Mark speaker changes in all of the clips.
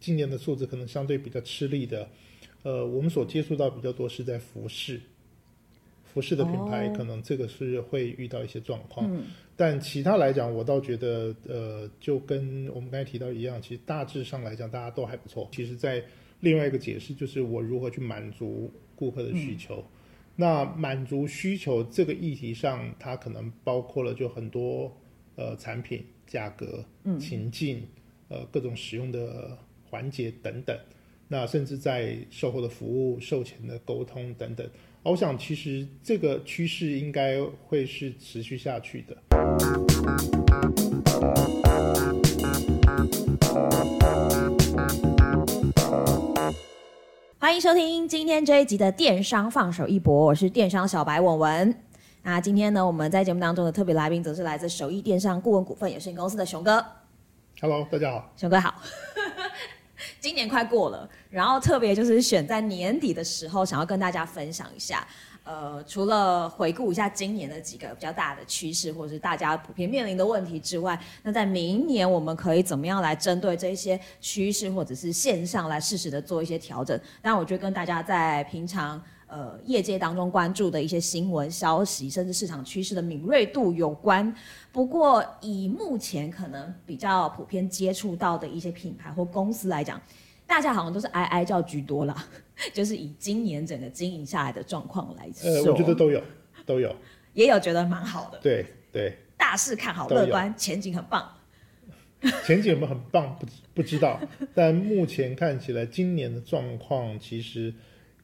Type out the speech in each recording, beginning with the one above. Speaker 1: 今年的数字可能相对比较吃力的，呃，我们所接触到比较多是在服饰，服饰的品牌
Speaker 2: 哦
Speaker 1: 可能这个是会遇到一些状况。
Speaker 2: 嗯
Speaker 1: 但其他来讲，我倒觉得，呃，就跟我们刚才提到一样，其实大致上来讲，大家都还不错。其实，在另外一个解释就是我如何去满足顾客的需求。那满足需求这个议题上，它可能包括了就很多呃产品、价格、
Speaker 2: 嗯
Speaker 1: 情境、呃各种使用的环节等等。那甚至在售后的服务、售前的沟通等等。啊我想，其实这个趋势应该会是持续下去的。
Speaker 2: 欢迎收听今天这一集的电商放手一搏，我是电商小白文文。那今天呢，我们在节目当中的特别来宾则是来自首义电商顾问股份有限公司的熊哥，
Speaker 1: Hello，大家好。
Speaker 2: 熊哥好。 今年快过了，然后特别就是选在年底的时候，想要跟大家分享一下。呃，除了回顾一下今年的几个比较大的趋势，或者是大家普遍面临的问题之外，那在明年我们可以怎么样来针对这一些趋势或者是现象来适时的做一些调整？当然，我觉得跟大家在平常呃业界当中关注的一些新闻消息，甚至市场趋势的敏锐度有关。不过，以目前可能比较普遍接触到的一些品牌或公司来讲，大家好像都是哀哀叫居多啦， 就是以今年整个经营下来的状况来说，
Speaker 1: 呃，我觉得都有，都有，
Speaker 2: 也有觉得蛮好的，
Speaker 1: 对对，
Speaker 2: 大势看好，
Speaker 1: 都有
Speaker 2: 乐观，前景很棒。
Speaker 1: 前景有没有很棒？不知不知道，但目前看起来，今年的状况其实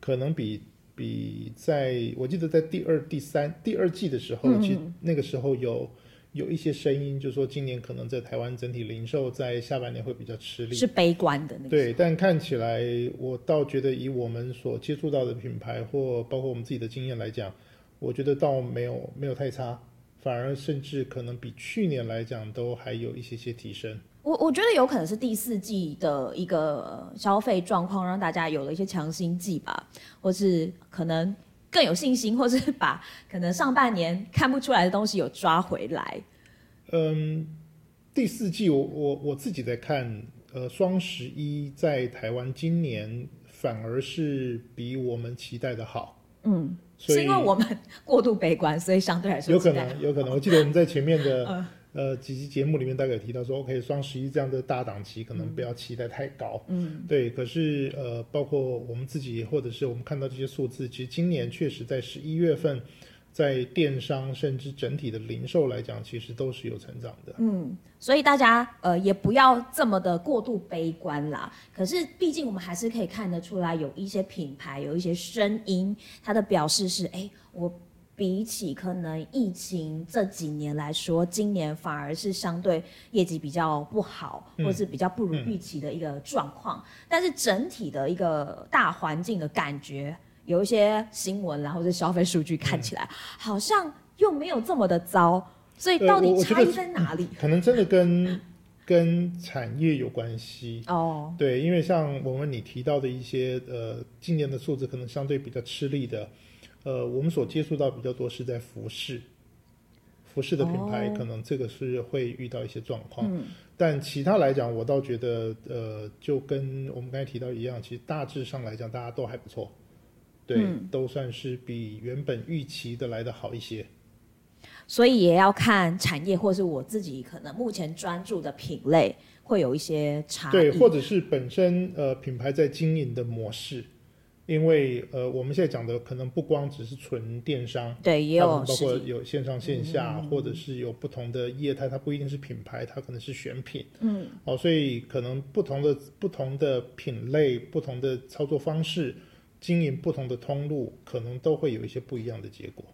Speaker 1: 可能比比在我记得在第二、第三、第二季的时候，
Speaker 2: 嗯
Speaker 1: 其实那个时候有有一些声音，就说今年可能在台湾整体零售在下半年会比较吃力，
Speaker 2: 是悲观的那个。
Speaker 1: 对，但看起来我倒觉得以我们所接触到的品牌或包括我们自己的经验来讲，我觉得倒没有没有太差，反而甚至可能比去年来讲都还有一些些提升。
Speaker 2: 我我觉得有可能是第四季的一个呃消费状况，让大家有了一些强心剂吧，或是可能更有信心，或是 把可能上半年看不出来的东西有抓回来。
Speaker 1: 嗯，第四季我我我自己在看，呃，双十一在台湾今年反而是比我们期待的好，
Speaker 2: 嗯，
Speaker 1: 所以
Speaker 2: 是因为我们过度悲观，所以相对来说
Speaker 1: 有可
Speaker 2: 期待
Speaker 1: 能，有可能。我记得我们在前面的
Speaker 2: 嗯
Speaker 1: 呃几期节目里面大概有提到说，OK，双十一这样的大档期可能不要期待太高。
Speaker 2: 嗯，
Speaker 1: 对。可是呃，包括我们自己或者是我们看到这些数字，其实今年确实在十一月份，在电商甚至整体的零售来讲，其实都是有成长的。
Speaker 2: 嗯，所以大家呃也不要这么的过度悲观啦。可是毕竟我们还是可以看得出来，有一些品牌有一些声音，它的表示是，哎，我比起可能疫情这几年来说，今年反而是相对业绩比较不好，
Speaker 1: 嗯
Speaker 2: 或是比较不如
Speaker 1: 嗯
Speaker 2: 预期的一个状况。但是整体的一个大环境的感觉，有一些新闻然后是消费数据看起来、好像又没有这么的糟。所以
Speaker 1: 呃
Speaker 2: 到底
Speaker 1: 嗯我我觉
Speaker 2: 差
Speaker 1: 得
Speaker 2: 异在哪里？
Speaker 1: 可能真的跟跟产业有关系。
Speaker 2: 哦，
Speaker 1: 对，因为像我们你提到的一些呃，今年的数字可能相对比较吃力的，呃，我们所接触到比较多是在服饰，服饰的品牌
Speaker 2: 哦
Speaker 1: 可能这个是会遇到一些状况。
Speaker 2: 嗯
Speaker 1: 但其他来讲，我倒觉得，呃，就跟我们刚才提到一样，其实大致上来讲，大家都还不错，对，
Speaker 2: 嗯
Speaker 1: 都算是比原本预期的来的好一些。
Speaker 2: 所以也要看产业或是我自己可能目前专注的品类会有一些差异。嗯
Speaker 1: 对，或者是本身呃品牌在经营的模式，因为呃我们现在讲的可能不光只是纯电商，
Speaker 2: 对也
Speaker 1: 它可
Speaker 2: 有
Speaker 1: 能包
Speaker 2: 实嗯
Speaker 1: 括
Speaker 2: 体，
Speaker 1: 有线上线下，或者是有不同的业态，它不一定是品牌，它可能是选品
Speaker 2: 嗯
Speaker 1: 哦，所以可能不同的不同的品类、不同的操作方式，经营不同的通路，可能都会有一些不一样的结果。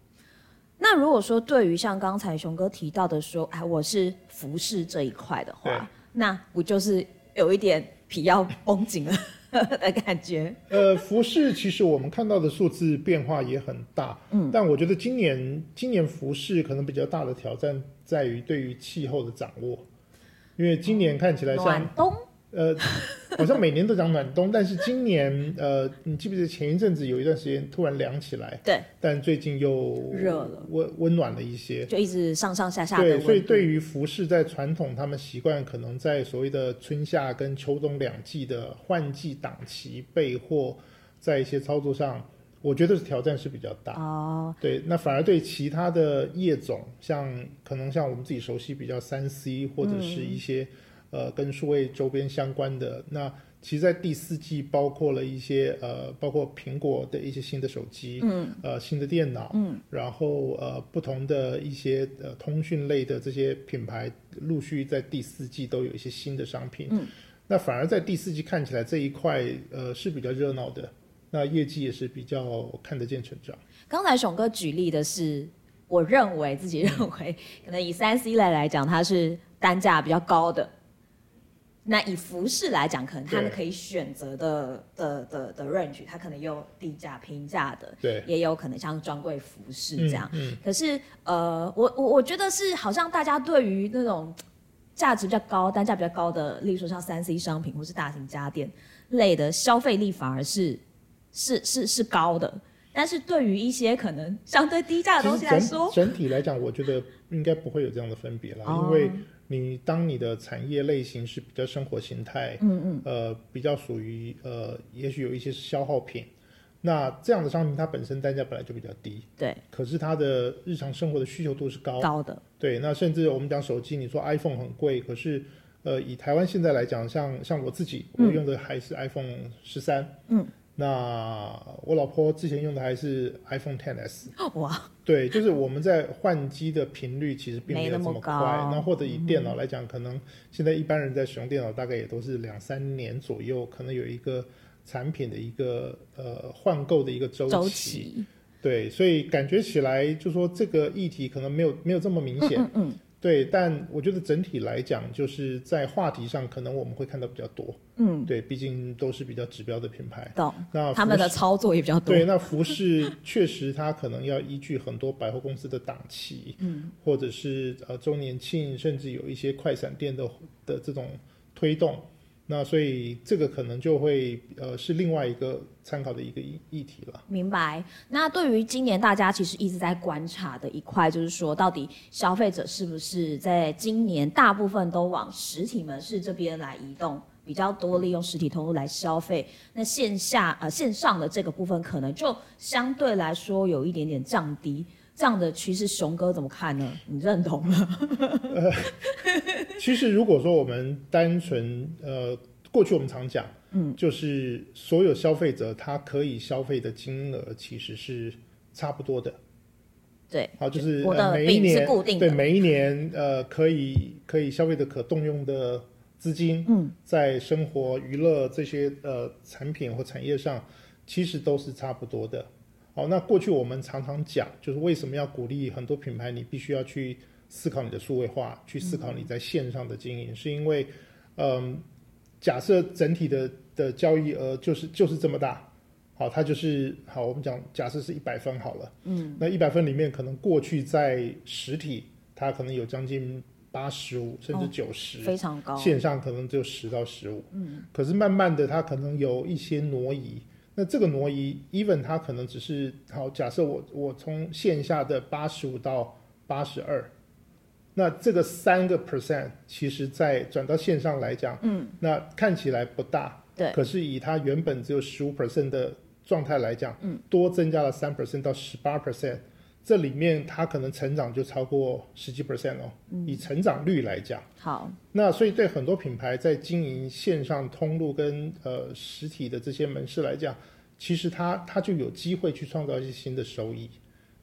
Speaker 2: 那如果说对于像刚才熊哥提到的说，哎，我是服饰这一块的
Speaker 1: 对
Speaker 2: 话，那不就是有一点皮要绷紧了的感觉？
Speaker 1: 呃，服饰其实我们看到的数字变化也很大，嗯，但我觉得今年今年服饰可能比较大的挑战在于对于气候的掌握，因为今年看起来像
Speaker 2: 暖冬
Speaker 1: 呃，好像每年都讲暖冬，但是今年呃，你记不记得前一阵子有一段时间突然凉起来，
Speaker 2: 对，
Speaker 1: 但最近又
Speaker 2: 热了，
Speaker 1: 温温暖了一些。
Speaker 2: 就一直上上下下的
Speaker 1: 对，
Speaker 2: 温度。
Speaker 1: 所以对于服饰，在传统他们习惯可能在所谓的春夏跟秋冬两季的换季档期备货，在一些操作上，我觉得是挑战是比较大。
Speaker 2: 哦，
Speaker 1: 对，那反而对其他的业种，像可能像我们自己熟悉比较三 C 或者是一些、呃跟数位周边相关的，那其实，在第四季包括了一些呃，包括苹果的一些新的手机，嗯，呃，新的电脑，嗯，然后呃，不同的一些呃通讯类的这些品牌，陆续在第四季都有一些新的商品，嗯，那反而在第四季看起来这一块呃是比较热闹的，那业绩也是比较看得见成长。
Speaker 2: 刚才熊哥举例的是，我认为自己认为，可能以三 C 类来讲，它是单价比较高的。那以服饰来讲，可能他们
Speaker 1: 对
Speaker 2: 可以选择的的的的 range，它可能有低价、平价的，
Speaker 1: 对，
Speaker 2: 也有可能像专柜服饰
Speaker 1: 嗯
Speaker 2: 这样。
Speaker 1: 嗯
Speaker 2: 可是呃，我我我觉得是好像大家对于那种价值比较高、单价比较高的，例如说像三 C 商品或是大型家电类的消费力，反而是是是是高的。但是对于一些可能相对低价的
Speaker 1: 其
Speaker 2: 东
Speaker 1: 实
Speaker 2: 西来说，
Speaker 1: 整整体来讲，我觉得应该不会有这样的分别啦，
Speaker 2: 哦
Speaker 1: 因为你当你的产业类型是比较生活形态，嗯嗯，呃，比较属于呃，也许有一些是消耗品，那这样的商品它本身单价本来就比较低，
Speaker 2: 对
Speaker 1: 可是它的日常生活的需求度是高，
Speaker 2: 高的
Speaker 1: 对，那甚至我们讲手机，你说 iPhone 很贵，可是。呃，以台湾现在来讲，像像我自己，我
Speaker 2: 嗯
Speaker 1: 用的还是 iPhone 十三，嗯，那我老婆之前用的还是 iPhone Ten S，
Speaker 2: 哇，
Speaker 1: 对，就是我们在换机的频率其实并有这么嗯快。
Speaker 2: 没那么高
Speaker 1: 那或者以电脑来讲，可能现在一般人在使用电脑大概也都是两三年左右，可能有一个产品的一个呃换购的一个周
Speaker 2: 周
Speaker 1: 期。
Speaker 2: 期
Speaker 1: 对，所以感觉起来就说这个议题可能没有没有这么明显。嗯对，但我觉得整体来讲，就是在话题上，可能我们会看到比较多。嗯，对，毕竟都是比较指标的品牌。
Speaker 2: 懂，
Speaker 1: 哎那
Speaker 2: 他
Speaker 1: 服
Speaker 2: 们的操作也比较多。
Speaker 1: 啊对，那服饰确实它可能要依据很多百货公司的档期，嗯，或者是呃周年庆，甚至有一些快闪店的的这种推动。那所以这个可能就会呃是另外一个参考的一个议议题了。
Speaker 2: 明白。那对于今年大家其实一直在观察的一块，就是说到底消费者是不是在今年大部分都往实体门市这边来移动，比较多利用实体通路来消费。那线下呃线上的这个部分，可能就相对来说有一点点降低。这样的趋势，熊哥怎么看呢？你 认同吗？
Speaker 1: 其实如果说我们单纯呃，过去我们常讲，嗯，就是所有消费者他可以消费的金额其实是差不多的。
Speaker 2: 对，
Speaker 1: 好，就是
Speaker 2: 我的
Speaker 1: 呃、每一
Speaker 2: 饼是
Speaker 1: 年
Speaker 2: 固定的
Speaker 1: 对每一年呃可以可以消费的可动用的资金，嗯，在生活、娱乐这些呃产品或产业上，其实都是差不多的。好，那过去我们常常讲，就是为什么要鼓励很多品牌，你必须要去思考你的数位化，去思考你
Speaker 2: 嗯
Speaker 1: 在线上的经营，是因为，嗯、假设整体的的交易额就是就是这么大，好，它就是好，我们讲假设是一百分好了，嗯，那一百分里面可能过去在实体它可能有将近八十五甚至九十、
Speaker 2: 非常高。
Speaker 1: 线上可能只有十到十五，嗯，可是慢慢的它可能有一些挪移，那这个挪移，even 它可能只是好，假设我我从线下的八十五到八十二，那这个三个 percent 其实在转到线上来讲，嗯，那看起来不大，
Speaker 2: 对，
Speaker 1: 可是以它原本只有十五 percent 的状态来讲，嗯，多增加了三 percent 到十八 percent。这里面它可能成长就超过十几 percent 哦，以成长率来讲。
Speaker 2: 好，
Speaker 1: 那所以对很多品牌在经营线上通路跟呃实体的这些门市来讲，其实它它就有机会去创造一些新的收益。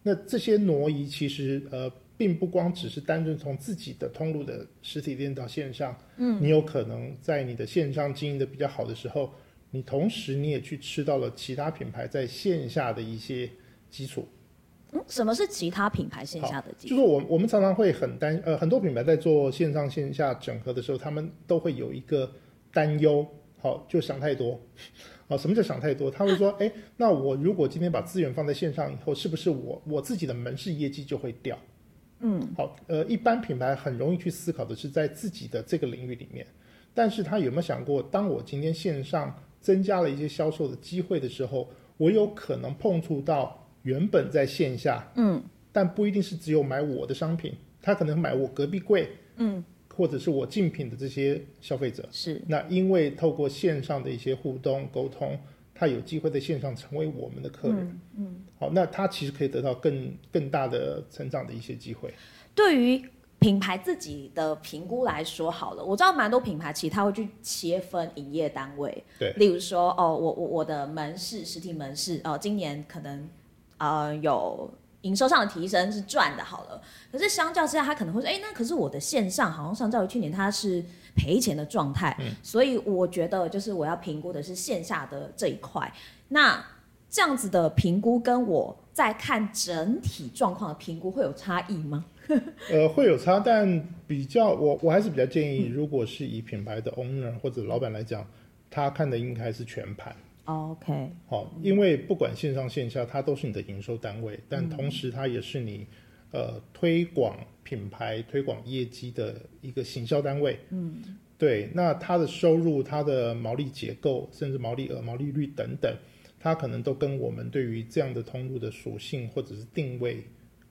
Speaker 1: 那这些挪移其实呃，并不光只是单纯从自己的通路的实体店到线上，嗯，你有可能在你的线上经营的比较好的时候，你同时你也去吃到了其他品牌在线下的一些基础。
Speaker 2: 嗯，什么是其他品牌线下的机
Speaker 1: 就是我我们常常会很担呃，很多品牌在做线上线下整合的时候，他们都会有一个担忧，好，就想太多。好，什么叫想太多？他会说，哎，那我如果今天把资源放在线上以后，是不是我我自己的门市业绩就会掉？嗯，好，呃，一般品牌很容易去思考的是在自己的这个领域里面，但是他有没有想过，当我今天线上增加了一些销售的机会的时候，我有可能碰触到原本在线下，
Speaker 2: 嗯，
Speaker 1: 但不一定是只有买我的商品，他可能买我隔壁柜，
Speaker 2: 嗯，
Speaker 1: 或者是我竞品的这些消费者。
Speaker 2: 是
Speaker 1: 那因为透过线上的一些互动沟通，他有机会在线上成为我们的客人。
Speaker 2: 嗯嗯，
Speaker 1: 好，那他其实可以得到更更大的成长的一些机会。
Speaker 2: 对于品牌自己的评估来说，好了，我知道蛮多品牌其实它会去切分营业单位，
Speaker 1: 对，
Speaker 2: 例如说哦，我我我的门市实体门市哦，今年可能呃有营收上的提升是赚的，好了，可是相较之下，它可能会说，哎，那可是我的线上好像相较于去年它是赔钱的状态，所以我觉得就是我要评估的是线下的这一块，那。这样子的评估跟我在看整体状况的评估会有差异吗？
Speaker 1: 呃，会有差，但比较我我还是比较建议，如果是以品牌的 owner 或者老板来讲，他看的应该是全盘。
Speaker 2: OK，
Speaker 1: 好，因为不管线上线下，它都是你的营收单位，但同时它也是你呃推广品牌、推广业绩的一个行销单位。嗯，对，那它的收入、它的毛利结构，甚至毛利额、毛利率等等，它可能都跟我们对于这样的通路的属性或者是定位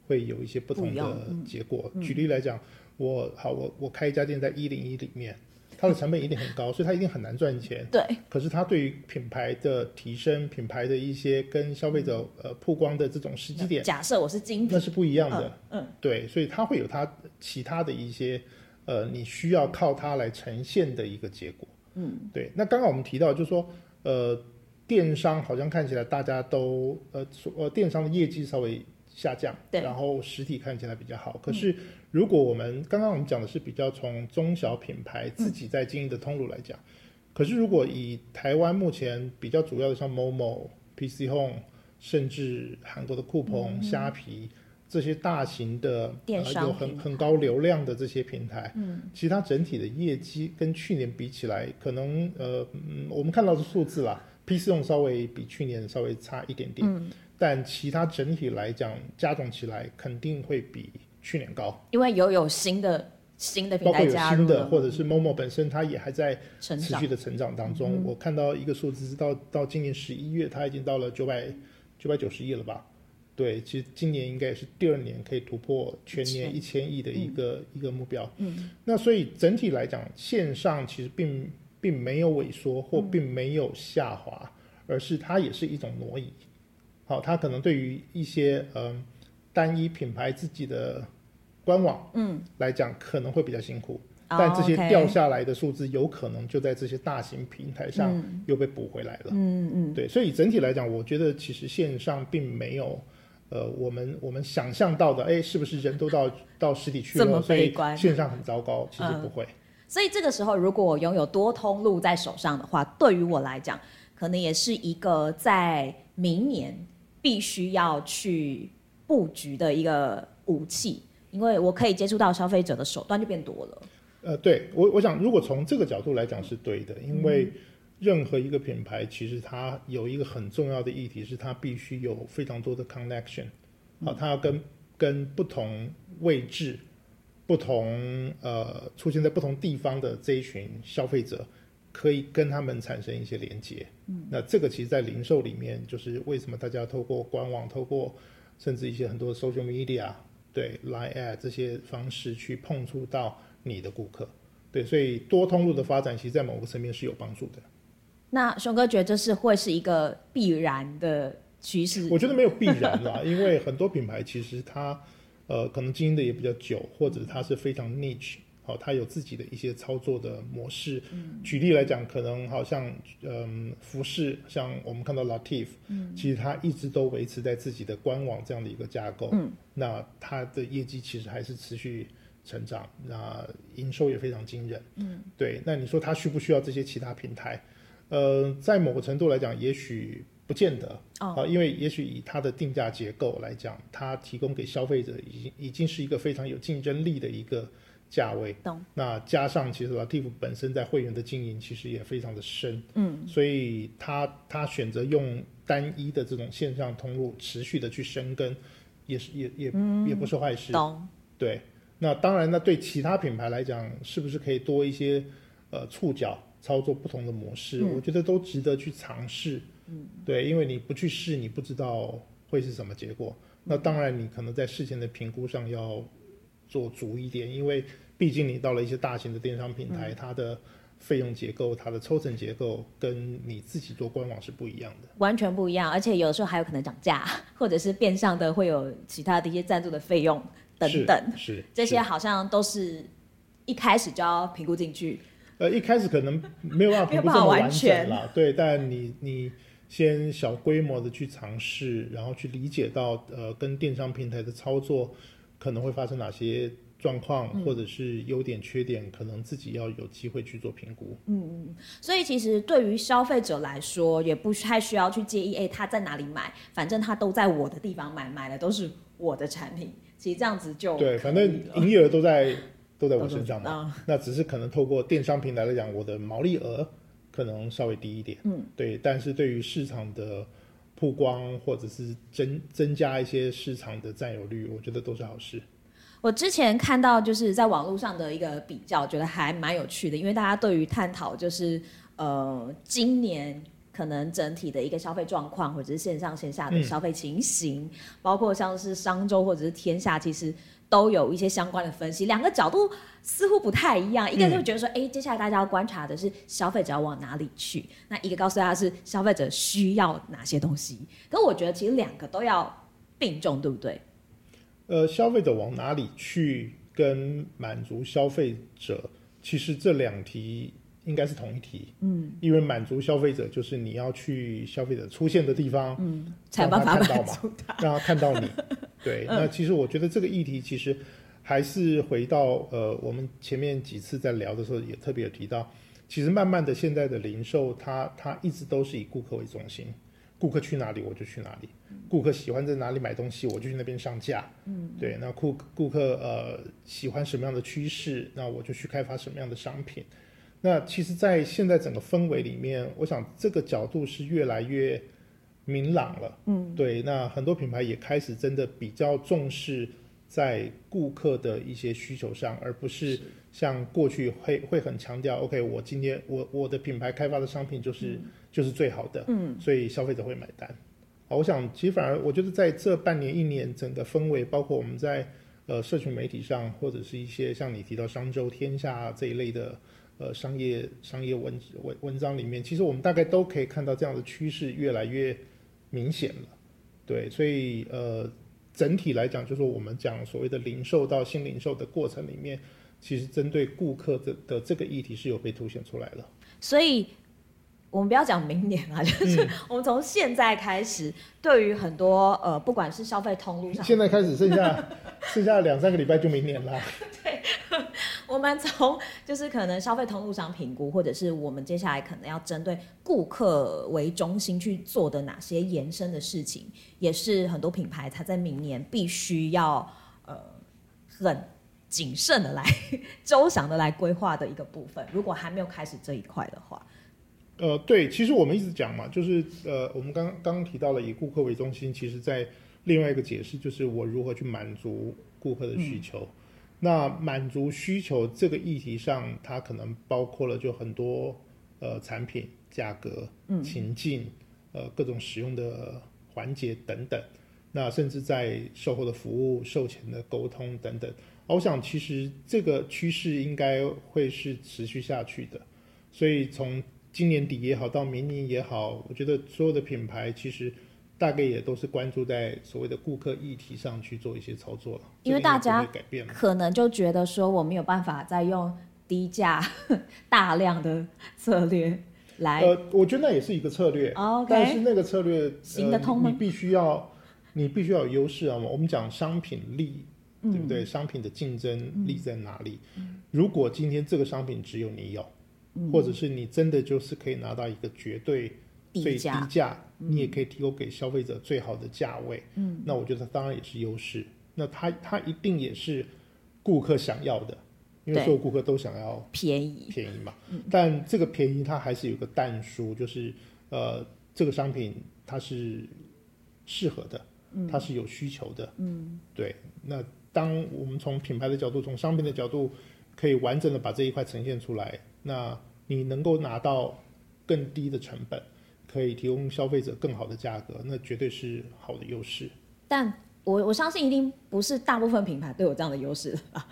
Speaker 1: 会有一些不同
Speaker 2: 不一样
Speaker 1: 的结果。举例来讲，我好，我我开一家店在一零一里面，它的成本一定很高，所以它一定很难赚钱。
Speaker 2: 对，
Speaker 1: 可是它对于品牌的提升、品牌的一些跟消费者呃曝光的这种时机点，
Speaker 2: 假设我是精
Speaker 1: 那
Speaker 2: 品，
Speaker 1: 是不一样的。
Speaker 2: 嗯
Speaker 1: 对，所以它会有它其他的一些呃，你需要靠它来呈现的一个结果。嗯，对。那刚刚我们提到，就是说呃，电商好像看起来大家都呃所呃电商的业绩稍微下降，
Speaker 2: 对嗯
Speaker 1: 然后实体看起来比较好。可是如果我们刚刚我们讲的是比较从中小品牌自己在经营的通路来讲，
Speaker 2: 嗯
Speaker 1: 可是如果以台湾目前比较主要的像 Momo、PC Home，甚至韩国的酷鹏、虾皮这些大型的
Speaker 2: 嗯电商
Speaker 1: 呃、有很
Speaker 2: 平台
Speaker 1: 很高流量的这些平台，嗯，其实它整体的业绩跟去年比起来，可能呃，嗯我们看到的数字啦，PC Home 稍微比去年稍微差一点点，
Speaker 2: 嗯
Speaker 1: 但其他整体来讲加总起来肯定会比去年高，
Speaker 2: 因为有有新的新的
Speaker 1: 包
Speaker 2: 平
Speaker 1: 括
Speaker 2: 台
Speaker 1: 有
Speaker 2: 加
Speaker 1: 新
Speaker 2: 入
Speaker 1: 的
Speaker 2: 了嗯
Speaker 1: 或者是 Momo 本身它也还在。
Speaker 2: 成
Speaker 1: 持
Speaker 2: 长
Speaker 1: 续的成长嗯当中。我看到一个数字是到到今年十一月，它已经到了九百九百九十亿了吧？对，其实今年应该也是第二年可以突破全年一千亿的一个、一个目标。嗯，那所以整体来讲，线上其实并并没有萎缩或并没有下滑，而是它也是一种挪移。好，它可能对于一些嗯、呃单一品牌自己的官网嗯来讲，可能会比较辛苦。但这些掉
Speaker 2: 哦
Speaker 1: 下来的数字，有可能就在这些大型平台上又被补回来了。嗯嗯，对，所以整体来讲，我觉得其实线上并没有，呃，我们我们想象到的，哎，是不是人都到到实体去
Speaker 2: 这么
Speaker 1: 了，所
Speaker 2: 悲
Speaker 1: 以
Speaker 2: 观
Speaker 1: 线上很糟糕？其实不会。
Speaker 2: OK 所以这个时候，如果我拥有多通路在手上的话，对于我来讲，可能也是一个在明年必须要去布局的一个武器，因为我可以接触到消费者的手段就变多了。
Speaker 1: 呃，对我我想，如果从这个角度来讲是对的，因为任何一个品牌其实它有一个很重要的议题是它必须有非常多的 connection，好、它要跟跟不同位置、不同呃出现在不同地方的这一群消费者。可以跟他们产生一些连接，嗯，那这个其实，在零售里面，就是为什么大家透过官网、透过甚至一些很多 social media，对 Line Ad 这些方式去碰触到你的顾客。对，所以多通路的发展，其实在某个层面是有帮助的。
Speaker 2: 那熊哥觉得这是会是一个必然的趋势
Speaker 1: 我觉得没有必然啦，因为很多品牌其实它呃可能经营的也比较久，或者它是非常 niche，好、它有自己的一些操作的模式。举例来讲，可能好像嗯、服饰，像我们看到 Latif，、其实它一直都维持在自己的官网这样的一个架构，那它的业绩其实还是持续。成长，那营收也非常惊人。嗯，对。那你说它需不需要这些其他平台？呃，在某个程度来讲，也许不见得。
Speaker 2: 哦，
Speaker 1: 啊，因为也许以它的定价结构来讲，它提供给消费者已经已经是一个非常有竞争力的一个价位。
Speaker 2: 懂
Speaker 1: 那加上其实 Latif 本身在会员的经营其实也非常的深，
Speaker 2: 嗯，
Speaker 1: 所以他他选择用单一的这种线上通路持续的去深耕，也是也也、
Speaker 2: 嗯
Speaker 1: 也不是坏事。
Speaker 2: 懂。
Speaker 1: 对，那当然，那对其他品牌来讲，是不是可以多一些呃触角操作不同的模式，
Speaker 2: 嗯
Speaker 1: 我觉得都值得去尝试。嗯，对，因为你不去试，你不知道会是什么结果。那当然，你可能在事前的评估上要做足一点，因为毕竟你到了一些大型的电商平台，
Speaker 2: 嗯
Speaker 1: 它的费用结构、它的抽成结构跟你自己做官网是不一样的。
Speaker 2: 完全不一样，而且有时候还有可能涨价， 或者是变相的会有其他的一些赞助的费用等等，
Speaker 1: 是是
Speaker 2: 这些好像都是一开始就要评估进去。
Speaker 1: 呃，一开始可能没有办法评估这么完整啦，对，但你你先小规模的去尝试，然后去理解到呃跟电商平台的操作可能会发生哪些状况，或者是优点缺点，可能自己要有机会去做评估。
Speaker 2: 所以其实对于消费者来说，也不太需要去介意，哎、他在哪里买，反正他都在我的地方买，买的都是我的产品。其实这样子就
Speaker 1: 对，
Speaker 2: 可以
Speaker 1: 反正
Speaker 2: 了
Speaker 1: 营业额都 在都在我啊身上
Speaker 2: 都
Speaker 1: 嘛，那只是可能透过电商平台来讲，我的毛利额可能稍微低一点，嗯，对，但是对于市场的曝光或者是增增加一些市场的占有率，我觉得都是好事。
Speaker 2: 我之前看到就是在网络上的一个比较，觉得还蛮有趣的，因为大家对于探讨就是呃今年可能整体的一个消费状况，或者是线上线下的消费情形，包括像是商周或者是天下，其实都有一些相关的分析。两个角度似乎不太一样，一个就觉得说，哎、接下来大家要观察的是消费者要往哪里去，那一个告诉大家是消费者需要哪些东西。可我觉得其实两个都要并重，对不对？
Speaker 1: 呃，消费者往哪里去跟满足消费者，其实这两题应该是同一题，嗯，因为满足消费者就是你要去消费者出现的地方，嗯，
Speaker 2: 才有办法
Speaker 1: 看到
Speaker 2: 满
Speaker 1: 嘛，
Speaker 2: 足嗯
Speaker 1: 让他看到 你。对，那其实我觉得这个议题其实还是回到呃，我们前面几次在聊的时候也特别有提到，其实慢慢的现在的零售它它一直都是以顾客为中心，顾客去哪里我就去哪里，
Speaker 2: 嗯
Speaker 1: 顾客喜欢在哪里买东西我就去那边上架。嗯，对，那顾顾客呃喜欢什么样的趋势，那我就去开发什么样的商品。那其实，在现在整个氛围里面，我想这个角度是越来越明朗了。嗯，对，那很多品牌也开始真的比较重视在顾客的一些需求上，而不是像过去会会很强调，OK，我今天我我的品牌开发的商品就是、就是最好的，嗯，所以消费者会买单。好，我想其实反而我觉得在这半年一年整个氛围，包括我们在呃社群媒体上，或者是一些像你提到商周、天下啊这一类的呃商业商业文文文章里面，其实我们大概都可以看到这样的趋势越来越明显了。对，所以呃整体来讲，就是我们讲所谓的零售到新零售的过程里面，其实针对顾客的的这个议题是有被凸显出来的。
Speaker 2: 所以我们不要讲明年啊，就是我们从现在开始，对于很多呃，不管是消费通路上，
Speaker 1: 现在开始剩下剩下两三个礼拜就明年啦。
Speaker 2: 我们从就是可能消费通路上评估，或者是我们接下来可能要针对顾客为中心去做的哪些延伸的事情，也是很多品牌它在明年必须要呃很谨慎的来 周详的来规划的一个部分。如果还没有开始这一块的话，
Speaker 1: 呃，对，其实我们一直讲嘛，就是呃，我们刚刚提到了以顾客为中心，其实在另外一个解释就是我如何去满足顾客的需求。那满足需求这个议题上，它可能包括了就很多呃产品、价格、
Speaker 2: 嗯
Speaker 1: 情境、呃各种使用的环节等等。那甚至在售后的服务、售前的沟通等等，啊我想其实这个趋势应该会是持续下去的。所以从今年底也好，到明年也好，我觉得所有的品牌其实大概也都是关注在所谓的顾客议题上去做一些操作了，
Speaker 2: 因为
Speaker 1: 这个
Speaker 2: 大家
Speaker 1: 不会改变了。
Speaker 2: 可能就觉得说我没有办法再用低价 大量的策略来、
Speaker 1: 呃，我觉得那也是一个策略，
Speaker 2: o
Speaker 1: 但是
Speaker 2: k
Speaker 1: 那个策略
Speaker 2: 行得通
Speaker 1: 呃、
Speaker 2: 吗
Speaker 1: 你你必须要，你必须要有优势啊。我们讲商品力，
Speaker 2: 嗯
Speaker 1: 对不对？商品的竞争力在哪里？如果今天这个商品只有你有，
Speaker 2: 嗯
Speaker 1: 或者是你真的就是可以拿到一个绝对最低
Speaker 2: 低价嗯
Speaker 1: 价，你也可以提供给消费者最好的价位。嗯，那我觉得它当然也是优势。那它它一定也是顾客想要的，因为
Speaker 2: 对
Speaker 1: 所有顾客都想要
Speaker 2: 便宜，
Speaker 1: 便宜嘛。但这个便宜它还是有一个淡书，就是呃，这个商品它是适合的，它是有需求的。嗯，对。那当我们从品牌的角度，从商品的角度，可以完整的把这一块呈现出来，那你能够拿到更低的成本，可以提供消费者更好的价格，那绝对是好的优势。
Speaker 2: 但我我相信一定不是大部分品牌都有这样的优势的吧？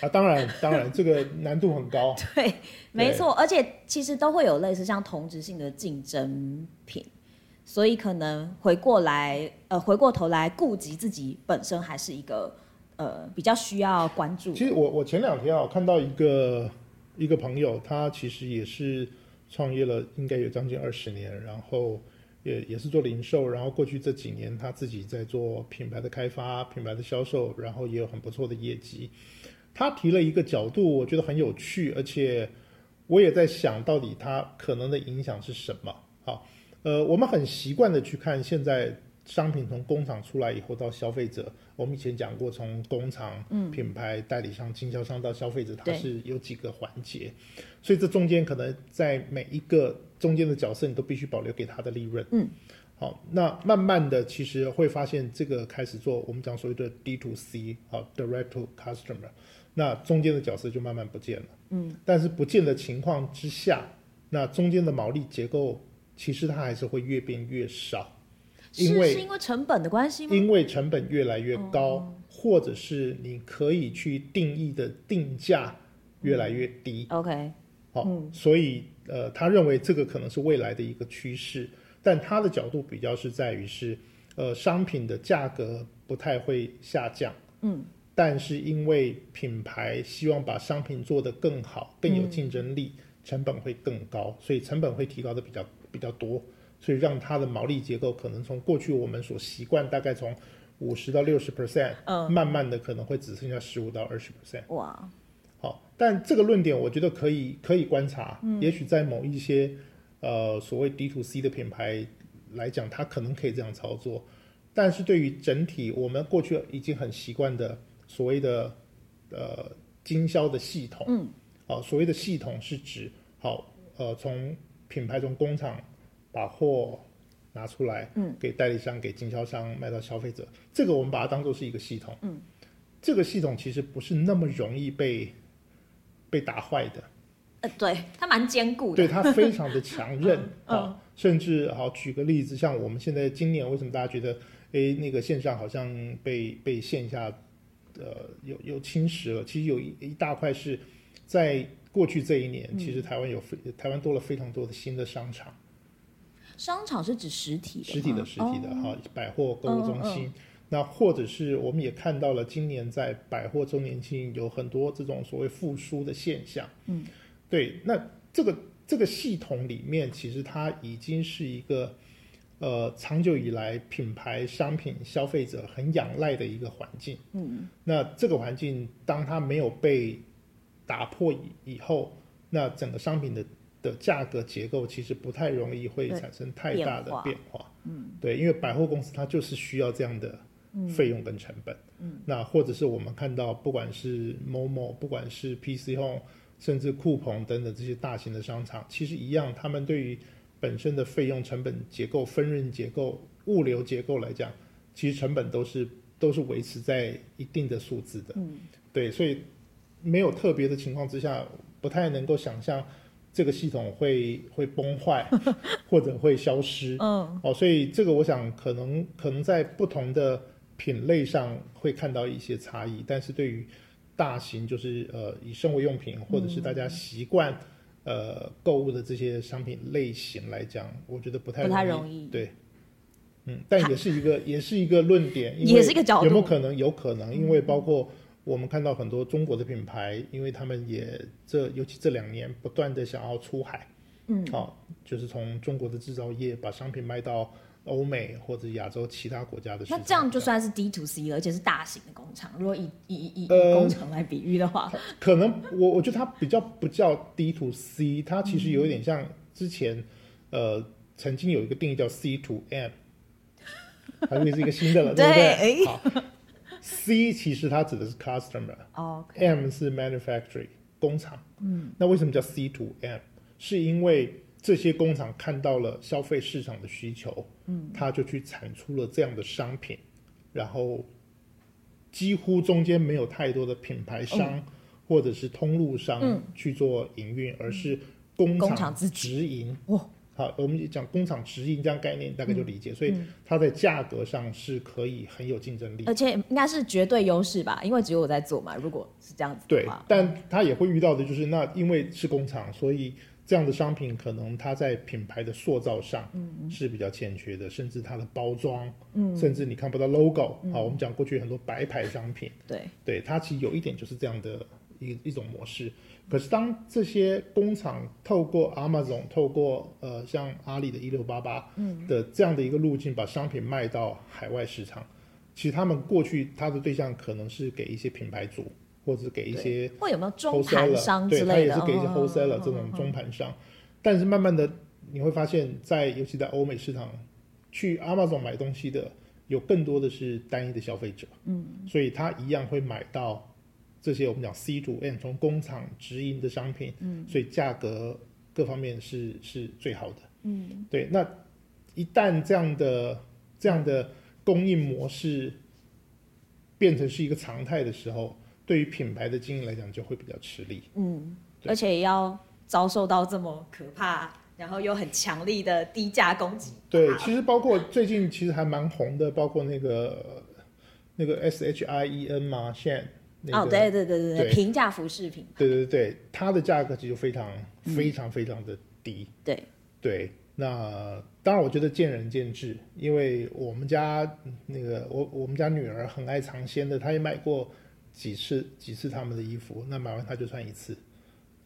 Speaker 1: 啊，当然，当然，这个难度很高。
Speaker 2: 对，没错，而且其实都会有类似像同质性的竞争品，所以可能回过来，呃，回过头来顾及自己本身还是一个呃比较需要关注
Speaker 1: 其实我我前两天啊，我看到一个一个朋友，他其实也是创业了，应该有将近二十年，然后也也是做零售，然后过去这几年他自己在做品牌的开发、品牌的销售，然后也有很不错的业绩。他提了一个角度，我觉得很有趣，而且我也在想到底他可能的影响是什么。好，呃，我们很习惯的去看现在商品从工厂出来以后到消费者，我们以前讲过，从工厂、品牌、代理商、经销商到消费者，它
Speaker 2: 对
Speaker 1: 是有几个环节，所以这中间可能在每一个中间的角色，你都必须保留给他的利润。
Speaker 2: 嗯，
Speaker 1: 好，那慢慢的其实会发现这个开始做我们讲所谓的 D to C，好，Direct to Customer，那中间的角色就慢慢不见了。嗯，但是不见的情况之下，那中间的毛利结构其实它还是会越变越少，因
Speaker 2: 是
Speaker 1: 为
Speaker 2: 是因为成本的关系吗？
Speaker 1: 因为哦成本越来越高，或者是你可以去定义的定价越来越低。
Speaker 2: OK，
Speaker 1: 好、所以呃，他认为这个可能是未来的一个趋势，但他的角度比较是在于是，呃，商品的价格不太会下降，嗯，但是因为品牌希望把商品做得更好，更有竞争力，成本会更高，所以成本会提高的比较比较多，所以让它的毛利结构可能从过去我们所习惯大概从五十到六十 percent，
Speaker 2: 嗯
Speaker 1: 慢慢的可能会只剩下十五到二十 percent。
Speaker 2: 哇，
Speaker 1: 好，但这个论点我觉得可以可以观察，也许在某一些呃所谓 D to C 的品牌来讲，它可能可以这样操作，但是对于整体我们过去已经很习惯的所谓的呃经销的系统，嗯，好、所谓的系统是指好呃从品牌从工厂把货拿出来，嗯，给代理商给经销商卖到消费者，这个我们把它当做是一个系统，嗯，这个系统其实不是那么容易被被打坏的，
Speaker 2: 呃，对，它蛮坚固的，
Speaker 1: 对它非常的强韧啊，甚至好举个例子，像我们现在今年为什么大家觉得诶那个线上好像被被线下呃有有侵蚀了？其实有一一大块是在过去这一年，其实台湾有非台湾多了非常多的新的商场。
Speaker 2: 商场是指实体的吗，哦嗯
Speaker 1: 实体的实体的哈、百货购物中心。那或者是我们也看到了，今年在百货周年庆有很多这种所谓复苏的现象。嗯，对。那这个这个系统里面，其实它已经是一个呃长久以来品牌、商品、消费者很仰赖的一个环境。嗯，那这个环境当它没有被打破以以后，那整个商品的的价格结构其实不太容易会
Speaker 2: 对
Speaker 1: 产生太大的
Speaker 2: 变化
Speaker 1: 变化。嗯，对，因为百货公司它就是需要这样的费用跟成本。嗯，那或者是我们看到，不管是某某，不管是 PC Home，甚至酷鹏等等这些大型的商场，其实一样，他们对于本身的费用成本结构、分润结构、物流结构来讲，其实成本都是都是维持在一定的数字的。嗯，对，所以没有特别的情况之下，不太能够想象这个系统会会崩 坏或者会消失。
Speaker 2: 嗯，
Speaker 1: 哦，所以这个我想可能可能在不同的品类上会看到一些差异，但是对于大型就是呃以生活用品或者是大家习惯、呃购物的这些商品类型来讲，我觉得不太
Speaker 2: 不太容易
Speaker 1: 对。嗯，但也是一个，也是一个论点，因为
Speaker 2: 也是一个角度嗯
Speaker 1: 有没有可能？有可能，因为包括我们看到很多中国的品牌，因为他们也这，尤其这两年不断的想要出海，嗯，啊，就是从中国的制造业把商品卖到欧美或者亚洲其他国家的市
Speaker 2: 那
Speaker 1: 场。
Speaker 2: 这样就算是 D to C 了，而且是大型的工厂。如果以以以以
Speaker 1: 呃
Speaker 2: 工厂来比喻的话，
Speaker 1: 可能我我觉得它比较不叫 D to C，它其实有点像之前呃曾经有一个定义叫 C to M，它这个是一个新的了，对不对？好，C 其实它指的是 customer，
Speaker 2: 哦，
Speaker 1: M 是 manufacturing 工厂，嗯，那为什么叫 C to M？是因为这些工厂看到了消费市场的需求，嗯，它就去产出了这样的商品，然后几乎中间没有
Speaker 2: 哦
Speaker 1: 太多的品牌商、或者是通路商去做营运，而是工
Speaker 2: 嗯工厂自己
Speaker 1: 直营。
Speaker 2: 哇嗯
Speaker 1: 好，我们讲工厂直营这样概念，大概就理解，所以它在价格上是可以很有竞争力。
Speaker 2: 而且应该是绝对优势吧，因为只有我在做嘛。如果是这样子的
Speaker 1: 对
Speaker 2: 话，，
Speaker 1: 但它也会遇到的就是，那因为是工厂，所以这样的商品可能它在品牌的塑造上是比较欠缺的，甚至它的包装，嗯，甚至你看不到 logo、好，我们讲过去很多白牌商品，
Speaker 2: 对，
Speaker 1: 对它其实有一点就是这样的一一种模式。可是当这些工厂透过 Amazon、透过呃像阿里的一六八八的这样的一个路径，把商品卖到海外市场，其实他们过去他的对象可能是给一些品牌主，或者是给一些
Speaker 2: 会有没有中盘
Speaker 1: wholesaler，
Speaker 2: 商
Speaker 1: 对，
Speaker 2: 之
Speaker 1: 它
Speaker 2: 类
Speaker 1: 也
Speaker 2: 的？
Speaker 1: 是给一些
Speaker 2: 嗯
Speaker 1: wholesaler 这种中盘商，但是慢慢的你会发现在尤其在欧美市场，去 Amazon 买东西的有更多的是单一的消费者，嗯，所以他一样会买到这些我们讲 C to N 从工厂直营的商品，嗯，所以价格各方面是是最好的，嗯，对，那一旦这样的这样的供应模式变成是一个常态的时候，对于品牌的经营来讲就会比较吃力。
Speaker 2: 嗯，
Speaker 1: 对
Speaker 2: 而且也要遭受到这么可怕，然后又很强力的低价攻击。
Speaker 1: 对，其实包括最近其实还蛮红的，包括那个那个 S H I E N 嘛，Shan 那
Speaker 2: 哦，
Speaker 1: 个，
Speaker 2: 对对对对
Speaker 1: 对
Speaker 2: 平价服饰品，
Speaker 1: 对对对，它的价格其实非常
Speaker 2: 嗯
Speaker 1: 非常非常的低。
Speaker 2: 对，
Speaker 1: 对，那当然我觉得见仁见智，因为我们家那个我我们家女儿很爱尝鲜的，她也买过几次几次他们的衣服，那买完她就穿一次，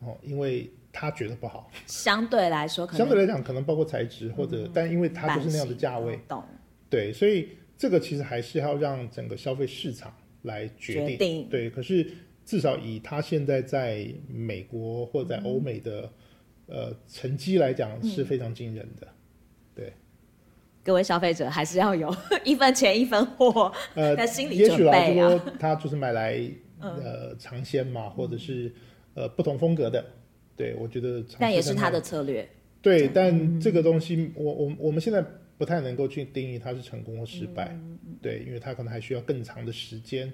Speaker 1: 哦，因为她觉得不好。
Speaker 2: 相对来说可能嗯
Speaker 1: 相对来讲，可能包括材质或者，但因为它就是那样的价位，
Speaker 2: 版型，哦懂？
Speaker 1: 对，所以这个其实还是要让整个消费市场来决定。
Speaker 2: 决定
Speaker 1: 对，可是至少以它现在在美国或在
Speaker 2: 嗯
Speaker 1: 欧美的、呃成绩来讲是非常惊人的。
Speaker 2: 各位消费者还是要有 一分钱一分货
Speaker 1: 呃，
Speaker 2: 的心理
Speaker 1: 也
Speaker 2: 准
Speaker 1: 许啦，就
Speaker 2: 备啊。嗯
Speaker 1: 说他就是买 来呃尝鲜嘛，或者是呃不同风格的。对，我觉得尝
Speaker 2: 但也
Speaker 1: 试
Speaker 2: 是
Speaker 1: 看
Speaker 2: 他
Speaker 1: 看
Speaker 2: 的策略，
Speaker 1: 对，
Speaker 2: 嗯
Speaker 1: 但这个东西，我我我们现在不太能够去定义它是成功或失
Speaker 2: 嗯
Speaker 1: 败，对，因为它可能还需要更长的时间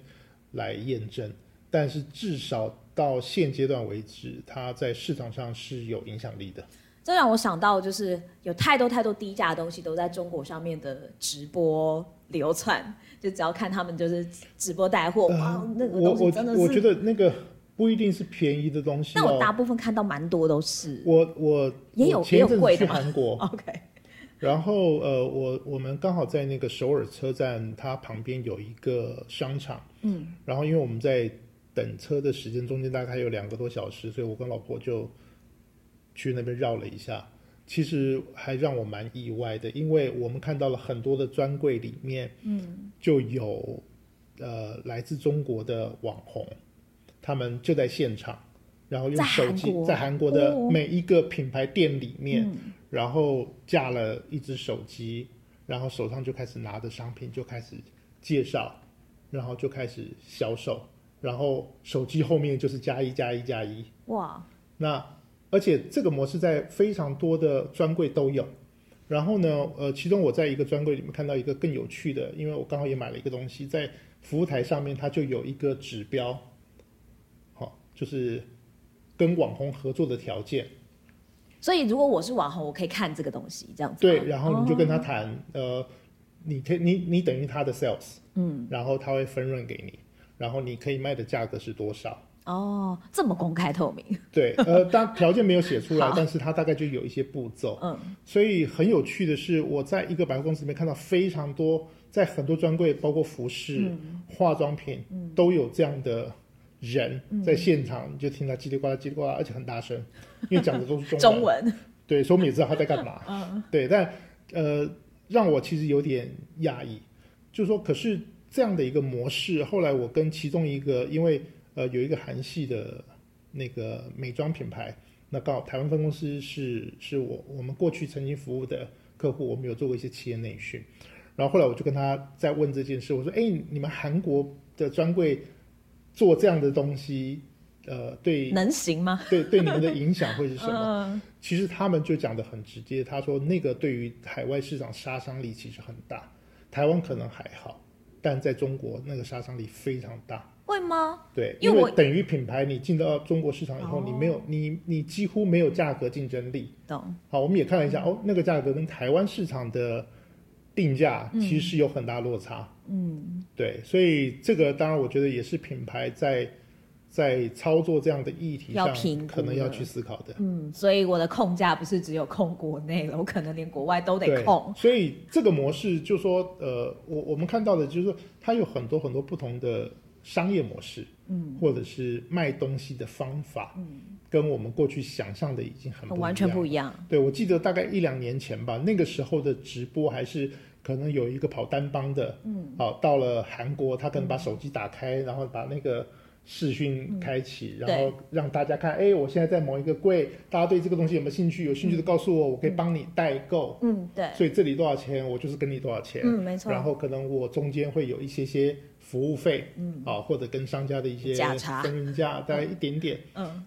Speaker 1: 来验证。但是至少到现阶段为止，它在市场上是有影响力的。
Speaker 2: 这让我想到就是有太多太多低价的东西都在中国上面的直播流窜，就只要看他们就是直播带货，哇，那个
Speaker 1: 呃我
Speaker 2: 东西
Speaker 1: 我
Speaker 2: 真的
Speaker 1: 我
Speaker 2: 是
Speaker 1: 觉得那个不一定是便宜的东西
Speaker 2: 但我大
Speaker 1: 哦。
Speaker 2: 部分看到蛮多都是
Speaker 1: 我我
Speaker 2: 也有
Speaker 1: 我前一阵
Speaker 2: 也有
Speaker 1: 子
Speaker 2: 贵的
Speaker 1: 去
Speaker 2: 吗
Speaker 1: 韩国，
Speaker 2: OK，
Speaker 1: 然后呃，我我们刚好在那个首尔车站，它旁边有一个商场，嗯，然后因为我们在等车的时间中间大概有两个多小时，所以我跟老婆就去那边绕了一下。其实还让我蛮意外的，因为我们看到了很多的专柜里面，嗯，就有呃来自中国的网红，他们就在现场，然后用
Speaker 2: 在
Speaker 1: 手
Speaker 2: 韩
Speaker 1: 机
Speaker 2: 国
Speaker 1: 在韩国的
Speaker 2: 哦
Speaker 1: 每一个品牌店里面，然后架了一只手机，然后手上就开始拿着商品就开始介绍，然后就开始销售，然后手机后面就是加一加一加一。
Speaker 2: 哇，
Speaker 1: 那而且这个模式在非常多的专柜都有。然后呢，呃，其中我在一个专柜里面看到一个更有趣的，因为我刚好也买了一个东西，在服务台上面它就有一个指标，好、就是跟网红合作的条件。
Speaker 2: 所以如果我是网红，我可以看这个东西这样子吗。
Speaker 1: 对，然后你就跟他谈，呃，你可以你你等于他的 sales，嗯，然后他会分润给你，然后你可以卖的价格是多少？
Speaker 2: 哦，这么公开透明，
Speaker 1: 对，呃，当条件没有写出来
Speaker 2: 好，
Speaker 1: 但是它大概就有一些步骤。
Speaker 2: 嗯，
Speaker 1: 所以很有趣的是，我在一个百货公司里面看到非常多，在很多专柜，包括服饰、
Speaker 2: 嗯
Speaker 1: 化妆品，都有这样的人
Speaker 2: 嗯
Speaker 1: 在现场，你就听他叽里呱啦、叽里呱啦，而且很大声，因为讲的都是中
Speaker 2: 中文
Speaker 1: 对，所以我们也知道他在干嘛。嗯，对，但呃，让我其实有点讶异，就是说，可是这样的一个模式，后来我跟其中一个，因为呃有一个韩系的那个美妆品牌，那刚好台湾分公司是是我我们过去曾经服务的客户，我们有做过一些企业内训，然后后来我就跟他在问这件事，我说，哎，你们韩国的专柜做这样的东西，呃，对
Speaker 2: 能行吗？
Speaker 1: 对对你们的影响会是什么？
Speaker 2: 嗯，
Speaker 1: 其实他们就讲得很直接，他说那个对于海外市场杀伤力其实很大，台湾可能还好，但在中国那个杀伤力非常大。
Speaker 2: 会吗？
Speaker 1: 对，
Speaker 2: 因
Speaker 1: 因
Speaker 2: 为我
Speaker 1: 为等于品牌你进到中国市场以后，
Speaker 2: 哦
Speaker 1: 你没有你你几乎没有价格竞争力。
Speaker 2: 懂，
Speaker 1: 好，我们也看了一下，
Speaker 2: 嗯
Speaker 1: 哦，那个价格跟台湾市场的定价其实是有很大落差。
Speaker 2: 嗯，
Speaker 1: 对，所以这个当然我觉得也是品牌在在操作这样的议题
Speaker 2: 要评
Speaker 1: 上
Speaker 2: 估
Speaker 1: 可能要
Speaker 2: 的
Speaker 1: 去思考的。
Speaker 2: 嗯，所以我的控价不是只有控国内了，我可能连国外都
Speaker 1: 对，
Speaker 2: 得控。
Speaker 1: 所以这个模式就说，呃，我我们看到的就是说它有很多很多不同的商业模式，嗯，或者是卖东西的方法，嗯，跟我们过去想象的已经很不一
Speaker 2: 完全
Speaker 1: 样
Speaker 2: 不一样，
Speaker 1: 对，我记得大概一两年前吧，那个时候的直播还是可能有一个跑单帮的，嗯，好、到了韩国，他可能把手机打开，然后把那个视讯开启，
Speaker 2: 嗯
Speaker 1: 然后让大家看，哎，我现在在某一个柜，大家对这个东西有没有兴趣？有兴趣的告诉我，我可以帮你代购，
Speaker 2: 嗯，对，
Speaker 1: 所以这里多少钱，我就是跟你多少钱，
Speaker 2: 嗯，没错，
Speaker 1: 然后可能我中间会有一些些服务费，嗯，啊，或者跟商家的一些
Speaker 2: 价差
Speaker 1: 分润 价，大概一点点。
Speaker 2: 嗯，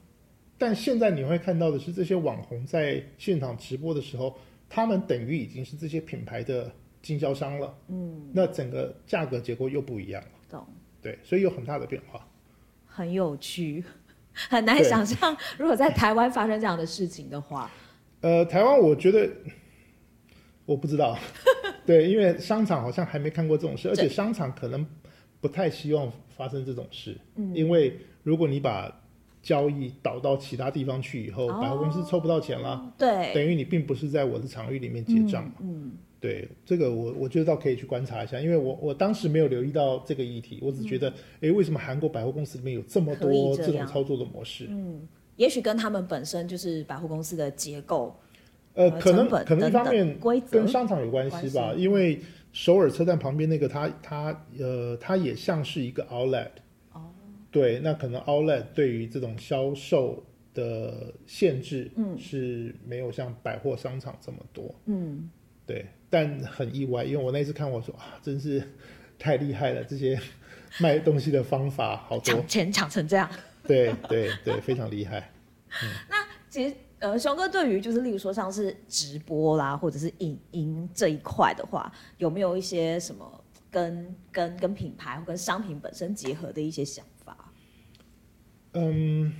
Speaker 1: 但现在你会看到的是，这些网红在现场直播的时候，他们等于已经是这些品牌的经销商了。嗯，那整个价格结构又不一样了。
Speaker 2: 懂，
Speaker 1: 对，所以有很大的变化。
Speaker 2: 很有趣， 很难
Speaker 1: 对
Speaker 2: 想象如果在台湾发生这样的事情的话，
Speaker 1: 呃，台湾我觉得我不知 道，对，因为商场好像还没看过这种事，而且商场可能不太希望发生这种事，嗯、因为如果你把交易导到其他地方去以后，
Speaker 2: 哦
Speaker 1: 百货公司抽不到钱了，
Speaker 2: 对，
Speaker 1: 等于你并不是在我的场域里面结账。
Speaker 2: 嗯，
Speaker 1: 对这个我，我觉得倒可以去观察一下，因为我我当时没有留意到这个议题，我只觉得，诶，为什么韩国百货公司里面有这么
Speaker 2: 嗯可以
Speaker 1: 多
Speaker 2: 这
Speaker 1: 这种
Speaker 2: 样
Speaker 1: 操作的模式？
Speaker 2: 嗯也许跟他们本身就是百货公司的结构，
Speaker 1: 呃，
Speaker 2: 呃
Speaker 1: 可能
Speaker 2: 成本
Speaker 1: 可能一
Speaker 2: 哎等等
Speaker 1: 方面
Speaker 2: 规则
Speaker 1: 跟商场有关系吧，
Speaker 2: 关
Speaker 1: 因为首尔车站旁边那个它它呃它也像是一个 outlet，
Speaker 2: 哦，
Speaker 1: 对，那可能 outlet 对于这种销售的限制，嗯，是没有像百货商场这么多。
Speaker 2: 嗯，
Speaker 1: 对，但很意外，因为我那次看我说啊，真是太厉害了，这些卖东西的方法好多
Speaker 2: 抢，钱抢成这样。
Speaker 1: 对对对，非常厉害。
Speaker 2: 其实，呃，熊哥对于就是例如说像是直播啦，或者是影音这一块的话，有没有一些什么跟跟跟品牌或跟商品本身结合的一些想法？
Speaker 1: 嗯，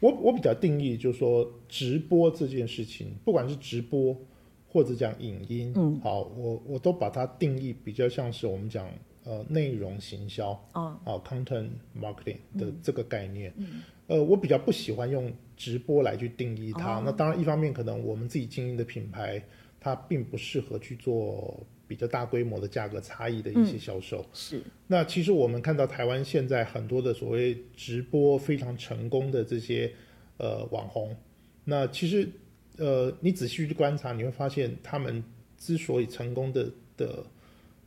Speaker 1: 我我比较定义就是说，直播这件事情，不管是直播或者讲影音，嗯，好，我我都把它定义比较像是我们讲呃内容行销
Speaker 2: 哦，
Speaker 1: 啊、c o n t e n t marketing 的这个概念。呃，我比较不喜欢用直播来去定义它。那当然，一方面可能我们自己经营的品牌，它并不适合去做比较大规模的价格差异的一些销售。
Speaker 2: 是，
Speaker 1: 那其实我们看到台湾现在很多的所谓直播非常成功的这些呃网红，那其实呃你仔细去观察，你会发现他们之所以成功的的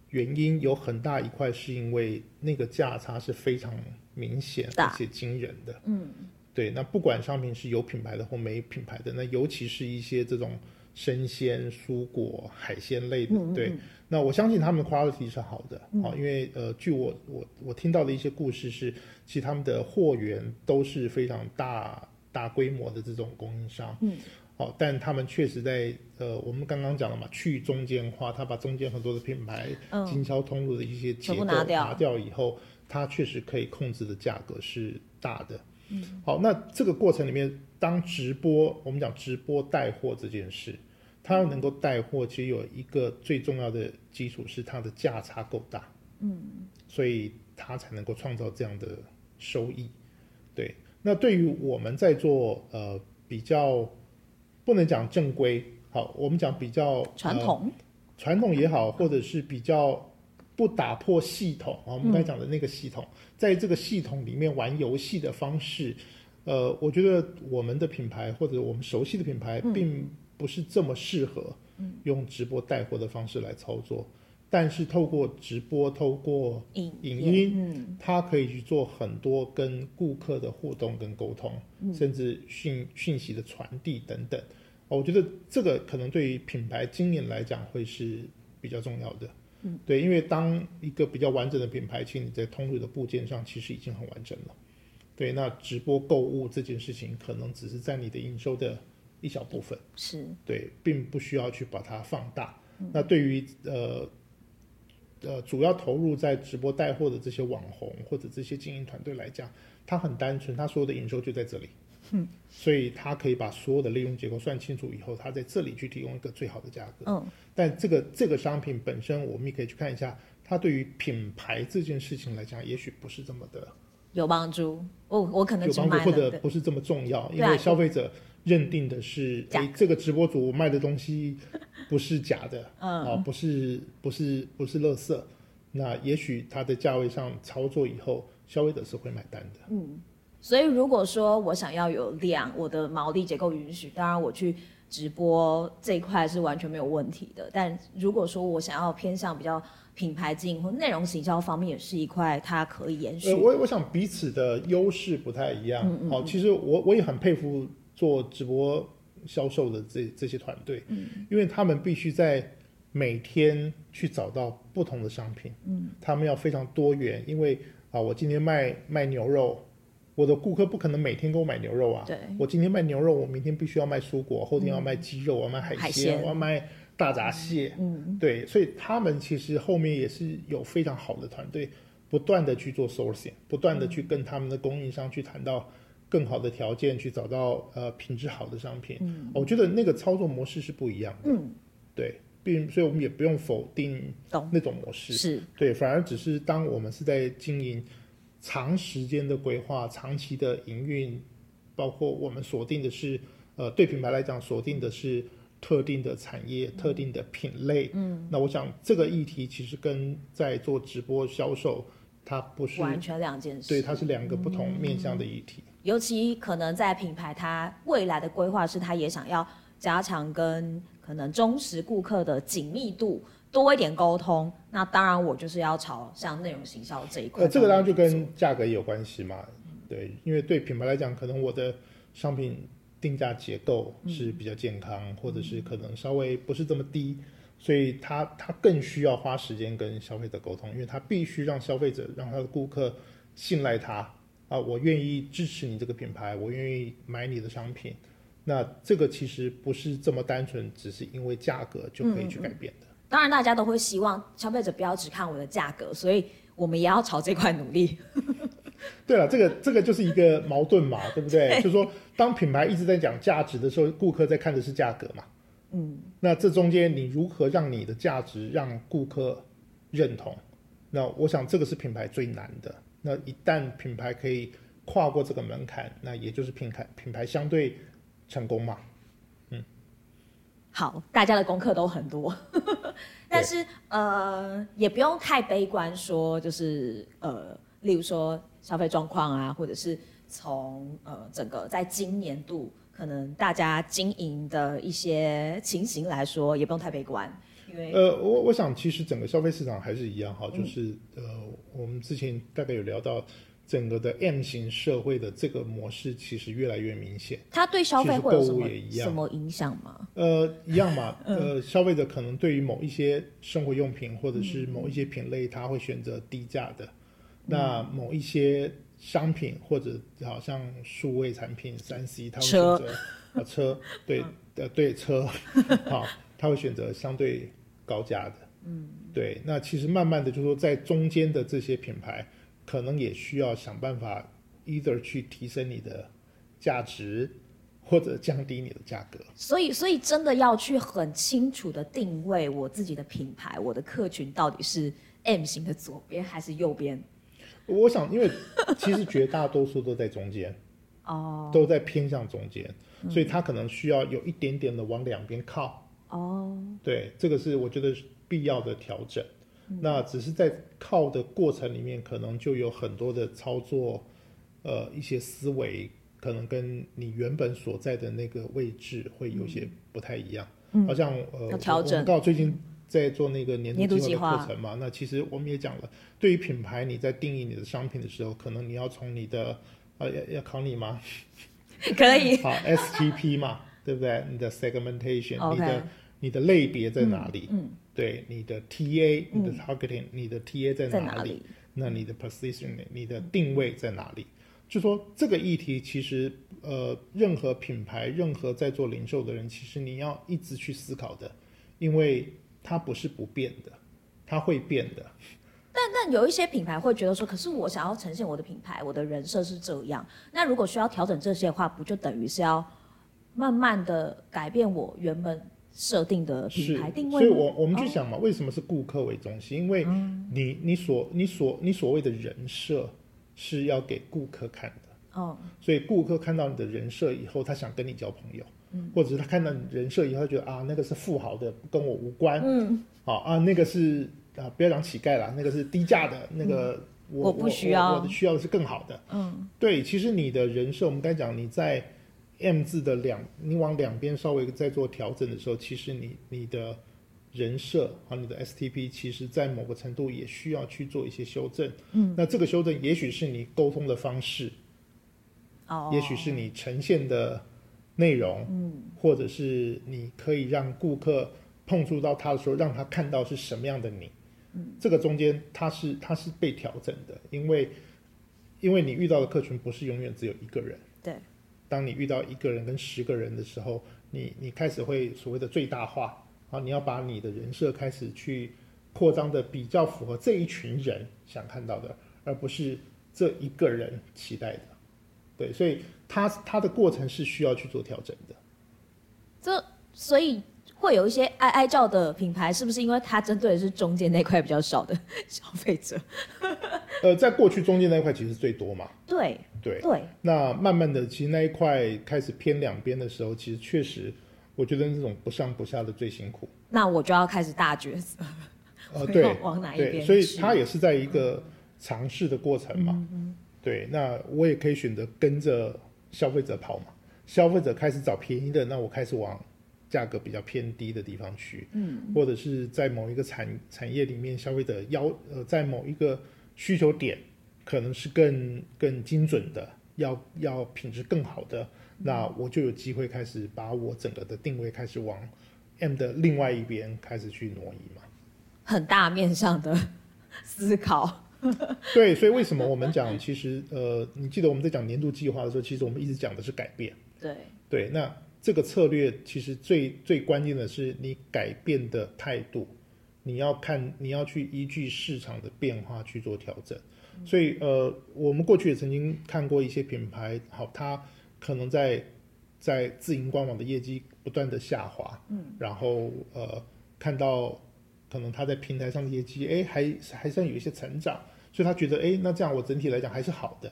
Speaker 1: 原因，有很大一块是因为那个价差是非常明显
Speaker 2: 大
Speaker 1: 而且惊人的。
Speaker 2: 嗯，
Speaker 1: 对，那不管商品是有品牌的或没品牌的，那尤其是一些这种生鲜、蔬果、海鲜类的，
Speaker 2: 嗯嗯嗯
Speaker 1: 对，那我相信他们的 quality 是好的，好、因为呃，据我我我听到的一些故事是，其实他们的货源都是非常大大规模的这种供应商，嗯，好、但他们确实在呃，我们刚刚讲了嘛，去中间化，他把中间很多的品牌、
Speaker 2: 嗯
Speaker 1: 经销通路的一些结
Speaker 2: 全
Speaker 1: 构
Speaker 2: 部拿掉
Speaker 1: 以后，它确实可以控制的价格是大的，嗯，好，那这个过程里面，当直播，我们讲直播带货这件事。它要能够带货，其实有一个最重要的基础是它的价差够大，嗯，所以它才能够创造这样的收益。对，那对于我们在做呃比较不能讲正规，好，我们讲比较
Speaker 2: 传
Speaker 1: 呃
Speaker 2: 统，
Speaker 1: 传统也好，或者是比较不打破系统啊，我们刚才讲的那个系统，在这个系统里面玩游戏的方式，呃，我觉得我们的品牌或者我们熟悉的品牌，并不是这么适合用直播带货的方式来操作。但是透过直播，透过
Speaker 2: 影
Speaker 1: 呃影
Speaker 2: 片
Speaker 1: 音
Speaker 2: 嗯，
Speaker 1: 它可以去做很多跟顾客的互动跟沟通，甚至讯讯息的传递等等。哦我觉得这个可能对于品牌经营来讲会是比较重要的。嗯，对，因为当一个比较完整的品牌，其实你在通路的部件上其实已经很完整了。对，那直播购物这件事情可能只是在你的营收的一小部分。
Speaker 2: 是，
Speaker 1: 对，并不需要去把它放大。那对于呃呃主要投入在直播带货的这些网红或者这些经营团队来讲，它很单纯，它所有的营收就在这里。
Speaker 2: 嗯，
Speaker 1: 所以它可以把所有的利润结构算清楚以后，它在这里去提供一个最好的价格。
Speaker 2: 嗯，
Speaker 1: 但这个这个商品本身，我们也可以去看一下，它对于品牌这件事情来讲，也许不是这么的
Speaker 2: 有帮助。我我可能
Speaker 1: 有
Speaker 2: 只
Speaker 1: 帮助，
Speaker 2: 买
Speaker 1: 或者
Speaker 2: 了对
Speaker 1: 不是这么重要，因
Speaker 2: 对啊
Speaker 1: 为消费者认定的是，
Speaker 2: 假
Speaker 1: 哎，这个直播主卖的东西不是假的，
Speaker 2: 嗯
Speaker 1: 啊，不是不是不是垃圾，那也许它的价位上操作以后，消费者是会买单的。
Speaker 2: 所以如果说我想要有量，我的毛利结构允许，当然我去直播这一块是完全没有问题的。但如果说我想要偏向比较品牌经营或内容行销方面，也是一块它可以延续嗯
Speaker 1: 呃，。我我想彼此的优势不太一样。好、其实我我也很佩服做直播销售的这这些团队，
Speaker 2: 嗯
Speaker 1: 因为他们必须在每天去找到不同的商品，嗯，他们要非常多元，因为啊，我今天卖卖牛肉。我的顾客不可能每天给我买牛肉啊！
Speaker 2: 对
Speaker 1: 我今天卖牛肉，我明天必须要卖蔬果，后天要卖鸡肉，我要卖海鲜，
Speaker 2: 嗯海鲜
Speaker 1: 我要卖大闸蟹。嗯，对，所以他们其实后面也是有非常好的团队不断的去做 sourcing，不断的去
Speaker 2: 嗯
Speaker 1: 跟他们的供应商去谈到更好的条件，去找到呃品质好的商品。嗯，我觉得那个操作模式是不一样的。
Speaker 2: 嗯，
Speaker 1: 对，并所以我们也不用否定
Speaker 2: 懂
Speaker 1: 那种模式。
Speaker 2: 是，
Speaker 1: 对，反而只是当我们是在经营长时间的规划、长期的营运，包括我们锁定的是，呃，对品牌来讲锁定的是特定的产业、特定的品类。嗯，那我想这个议题其实跟在做直播销售，它不是
Speaker 2: 完全两件事。
Speaker 1: 对，它是两个不同面向的议题。
Speaker 2: 尤其可能在品牌它未来的规划是，它也想要加强跟可能忠实顾客的紧密度，多一点沟通。那当然，我就是要朝向内容行销这一块。
Speaker 1: 呃，这个当然就跟价格也有关系嘛，对，因为对品牌来讲，可能我的商品定价结构
Speaker 2: 嗯
Speaker 1: 是比较健康，或者是可能稍微不是这么低，所以它它更需要花时间跟消费者沟通，因为它必须让消费者让他的顾客信赖他啊，我愿意支持你这个品牌，我愿意买你的商品。那这个其实不是这么单纯，只是因为价格就
Speaker 2: 嗯
Speaker 1: 可以去改变的。
Speaker 2: 当然，大家都会希望消费者不要只看我的价格，所以我们也要朝这块努力。
Speaker 1: 对了，这个这个就是一个矛盾 嘛，对不对？就是说，当品牌一直在讲价值的时候，顾客在看的是价格嘛。嗯，那这中间你如何让你的价值让顾客认同？那我想这个是品牌最难的。那一旦品牌可以跨过这个门槛，那也就是品牌品牌相对成功嘛。
Speaker 2: 好，大家的功课都很多， 但是呃，也不用太悲观，说就是呃，例如说消费状况啊，或者是从呃整个在今年度可能大家经营的一些情形来说，也不用太悲观，因为
Speaker 1: 呃，我我想其实整个消费市场还是一样哈，就是、呃，我们之前大概有聊到整个的 M 型社会的这个模式，其实越来越明显。
Speaker 2: 它对消费会有什
Speaker 1: 其实
Speaker 2: 么
Speaker 1: 购物也一样
Speaker 2: 什么影响吗？
Speaker 1: 呃，一样嘛。呃，消费者可能对于某一些生活用品或者是某一些品类，他会选择低价的。那某一些商品或者好像数位产品、三 C，他会选
Speaker 2: 车
Speaker 1: 择啊车，对，呃对车，好，他会选择相对高价的。嗯，对。那其实慢慢的，就是说在中间的这些品牌，可能也需要想办法，either 去提升你的价值，或者降低你的价格。
Speaker 2: 所以，所以真的要去很清楚的定位我自己的品牌，我的客群到底是 M 型的左边还是右边？
Speaker 1: 我想，因为其实绝大多数都在中间，
Speaker 2: 哦
Speaker 1: 都在偏向中间，所以他可能需要有一点点的往两边靠。
Speaker 2: 哦，
Speaker 1: 对，这个是我觉得是必要的调整。
Speaker 2: 嗯
Speaker 1: 那只是在靠的过程里面，可能就有很多的操作，呃，一些思维可能跟你原本所在的那个位置会有些不太一样。好像呃，
Speaker 2: 嗯要调
Speaker 1: 我我
Speaker 2: 整嗯
Speaker 1: 们刚好最近在做那个年
Speaker 2: 年度
Speaker 1: 度计
Speaker 2: 计
Speaker 1: 划的
Speaker 2: 划
Speaker 1: 课程嘛，那其实我们也讲了，对于品牌，你在定义你的商品的时候，可能你要从你的呃要要考你吗？
Speaker 2: 可以，
Speaker 1: 好 STP 嘛，对不对？你的 segmentation，、
Speaker 2: OK
Speaker 1: 你的你的类别在哪里？嗯，对，你的 TA，、你的 targeting，你的 TA 在
Speaker 2: 在
Speaker 1: 哪
Speaker 2: 哪
Speaker 1: 里？嗯
Speaker 2: 里
Speaker 1: 那你的 positioning，你的定位在哪里？就说这个议题，其实呃，任何品牌、任何在做零售的人，其实你要一直去思考的，因为它不是不变的，它会变的。
Speaker 2: 但但有一些品牌会觉得说，可是我想要呈现我的品牌，我的人设是这样。那如果需要调整这些的话，不就等于是要慢慢的改变我原本设定的品
Speaker 1: 是
Speaker 2: 牌，定
Speaker 1: 所
Speaker 2: 位
Speaker 1: 以
Speaker 2: 吗？哦嗯
Speaker 1: 我我们去想嘛，为什么是顾客为中心？因为你你所你所你所谓的人设是要给顾客看的，
Speaker 2: 哦，
Speaker 1: 所以顾客看到你的人设以后，他想跟你交朋友，
Speaker 2: 嗯
Speaker 1: 或者是他看到你人设以后，他觉得啊那个是富豪的，跟我无关，
Speaker 2: 嗯，
Speaker 1: 好啊那个是啊不要讲乞丐啦，那个是低价的，那个我
Speaker 2: 嗯我不需
Speaker 1: 我
Speaker 2: 要
Speaker 1: 我的需要的是更好的，
Speaker 2: 嗯，
Speaker 1: 对，其实你的人设，我们刚才讲你在 M 字的两，你往两边稍微在做调整的时候，其实你你的人设和你的 STP，其实在某个程度也需要去做一些修正。嗯，那这个修正也许是你沟通的方式，
Speaker 2: 哦，
Speaker 1: 也许是你呈现的内容，嗯，或者是你可以让顾客碰触到他的时候，让他看到是什么样的你，嗯，这个中间它是它是被调整的，因为因为你遇到的客群不是永远只有一个人，
Speaker 2: 对，
Speaker 1: 当你遇到一个人跟十个人的时候，你你开始会所谓的最大化啊，你要把你的人设开始去扩张的比较符合这一群人想看到的，而不是这一个人期待的。对，所以它它的过程是需要去做调整的。
Speaker 2: 这所以会有一些哀哀叫的品牌，是不是因为它针对的是中间那块比较少的 消费者？
Speaker 1: 呃，在过去中间那一块其实最多嘛，
Speaker 2: 对
Speaker 1: 对。
Speaker 2: 对，
Speaker 1: 那慢慢的，其实那一块开始偏两边的时候，其实确实，我觉得那种不上不下的最辛苦。
Speaker 2: 那我就要开始大抉择，
Speaker 1: 呃，
Speaker 2: 会
Speaker 1: 对，
Speaker 2: 往往哪一
Speaker 1: 对，
Speaker 2: 边
Speaker 1: 所以
Speaker 2: 去嗯
Speaker 1: 它也是在一个尝试的过程嘛。对，那我也可以选择跟着消费者跑嘛。消费者开始找便宜的，那我开始往价格比较偏低的地方去。嗯，或者是在某一个产产业里面，消费者要呃，在某一个需求点，可能是更更精准的，要要品质更好的，
Speaker 2: 嗯
Speaker 1: 那我就有机会开始把我整个的定位开始往 M 的另外一边开始去挪移嘛。
Speaker 2: 很大面上的 思考。
Speaker 1: 对，所以为什么我们讲，其实呃，你记得我们在讲年度计划的时候，其实我们一直讲的是改变。
Speaker 2: 对，
Speaker 1: 对，那这个策略其实最最关键的是你改变的态度，你要看，你要去依据市场的变化去做调整。所以呃，我们过去也曾经看过一些品牌，好，它可能在在自营官网的业绩不断的下滑，嗯，然后呃，看到可能它在平台上的业绩，哎，还还算有一些成长，所以他觉得，哎，那这样我整体来讲还是好的。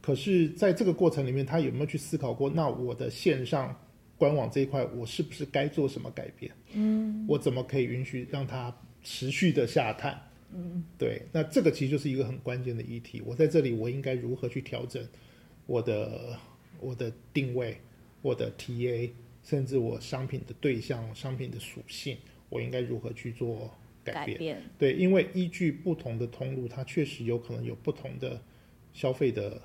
Speaker 1: 可是在这个过程里面，他有没有去思考过？那我的线上官网这一块，我是不是该做什么改变？嗯，我怎么可以允许让它持续的下探？嗯，对，那这个其实就是一个很关键的议题。我在这里，我应该如何去调整我的我的定位、我的 TA，甚至我商品的对象、商品的属性，我应该如何去做改
Speaker 2: 改
Speaker 1: 变？
Speaker 2: 变
Speaker 1: 对，因为依据不同的通路，它确实有可能有不同的消费的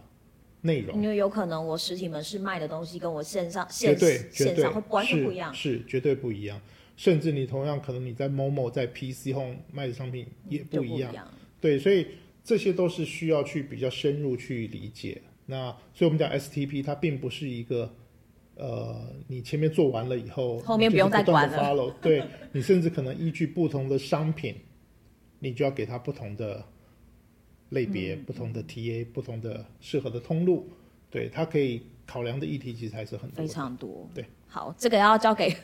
Speaker 1: 内容，
Speaker 2: 因为有可能我实体门市卖的东西跟我线上
Speaker 1: 绝
Speaker 2: 线
Speaker 1: 对绝
Speaker 2: 线
Speaker 1: 对
Speaker 2: 上会完全不一样。
Speaker 1: 是，是绝对不一样。甚至你同样可能你在 Momo 在 PC Home 卖的商品也
Speaker 2: 就
Speaker 1: 不一样，
Speaker 2: 样。
Speaker 1: 对，所以这些都是需要去比较深入去理解。那所以我们讲 STP，它并不是一个呃，你前面做完了以后，
Speaker 2: 后面
Speaker 1: 你
Speaker 2: 不用
Speaker 1: 就是
Speaker 2: 再
Speaker 1: 断
Speaker 2: 管
Speaker 1: 地
Speaker 2: 了
Speaker 1: follow，对你甚至可能依据不同的商品，你就要给它不同的类别、
Speaker 2: 嗯
Speaker 1: 不同的 TA、不同的适合的通路，对它可以考量的议题其实还是 很多
Speaker 2: 非，常多。
Speaker 1: 对，
Speaker 2: 好，这个要交给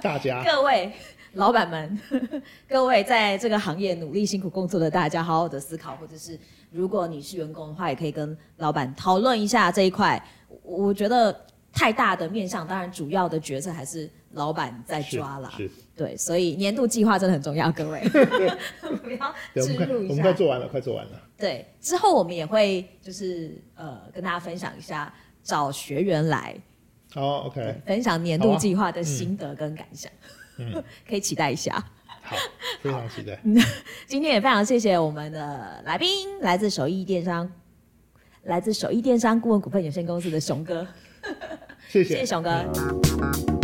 Speaker 1: 大家
Speaker 2: 各位老板们， 各位在这个行业努力辛苦工作的大家，好好的思考，或者是如果你是员工的话，也可以跟老板讨论一下这一块。我我觉得太大的面向，当然主要的决策还是老板在
Speaker 1: 是
Speaker 2: 抓啦。
Speaker 1: 是，
Speaker 2: 对，所以年度计划真的很重要，各 位 不要
Speaker 1: 对，我
Speaker 2: 置
Speaker 1: 们快
Speaker 2: 入
Speaker 1: 我
Speaker 2: 一
Speaker 1: 们快
Speaker 2: 下。
Speaker 1: 做完了，快做完了。
Speaker 2: 对，之后我们也会就是呃跟大家分享一下找学员来
Speaker 1: 好，OK、o 哦 k
Speaker 2: 分享年度计划的心得跟感想，
Speaker 1: 嗯
Speaker 2: 可以期待一下。
Speaker 1: 好，非常期
Speaker 2: 嗯
Speaker 1: 待。
Speaker 2: 今天也非常谢谢我们的来宾，来自首义电商，来自首义电商顾问股份有限公司的熊哥，
Speaker 1: 谢
Speaker 2: 谢谢熊哥。
Speaker 1: 嗯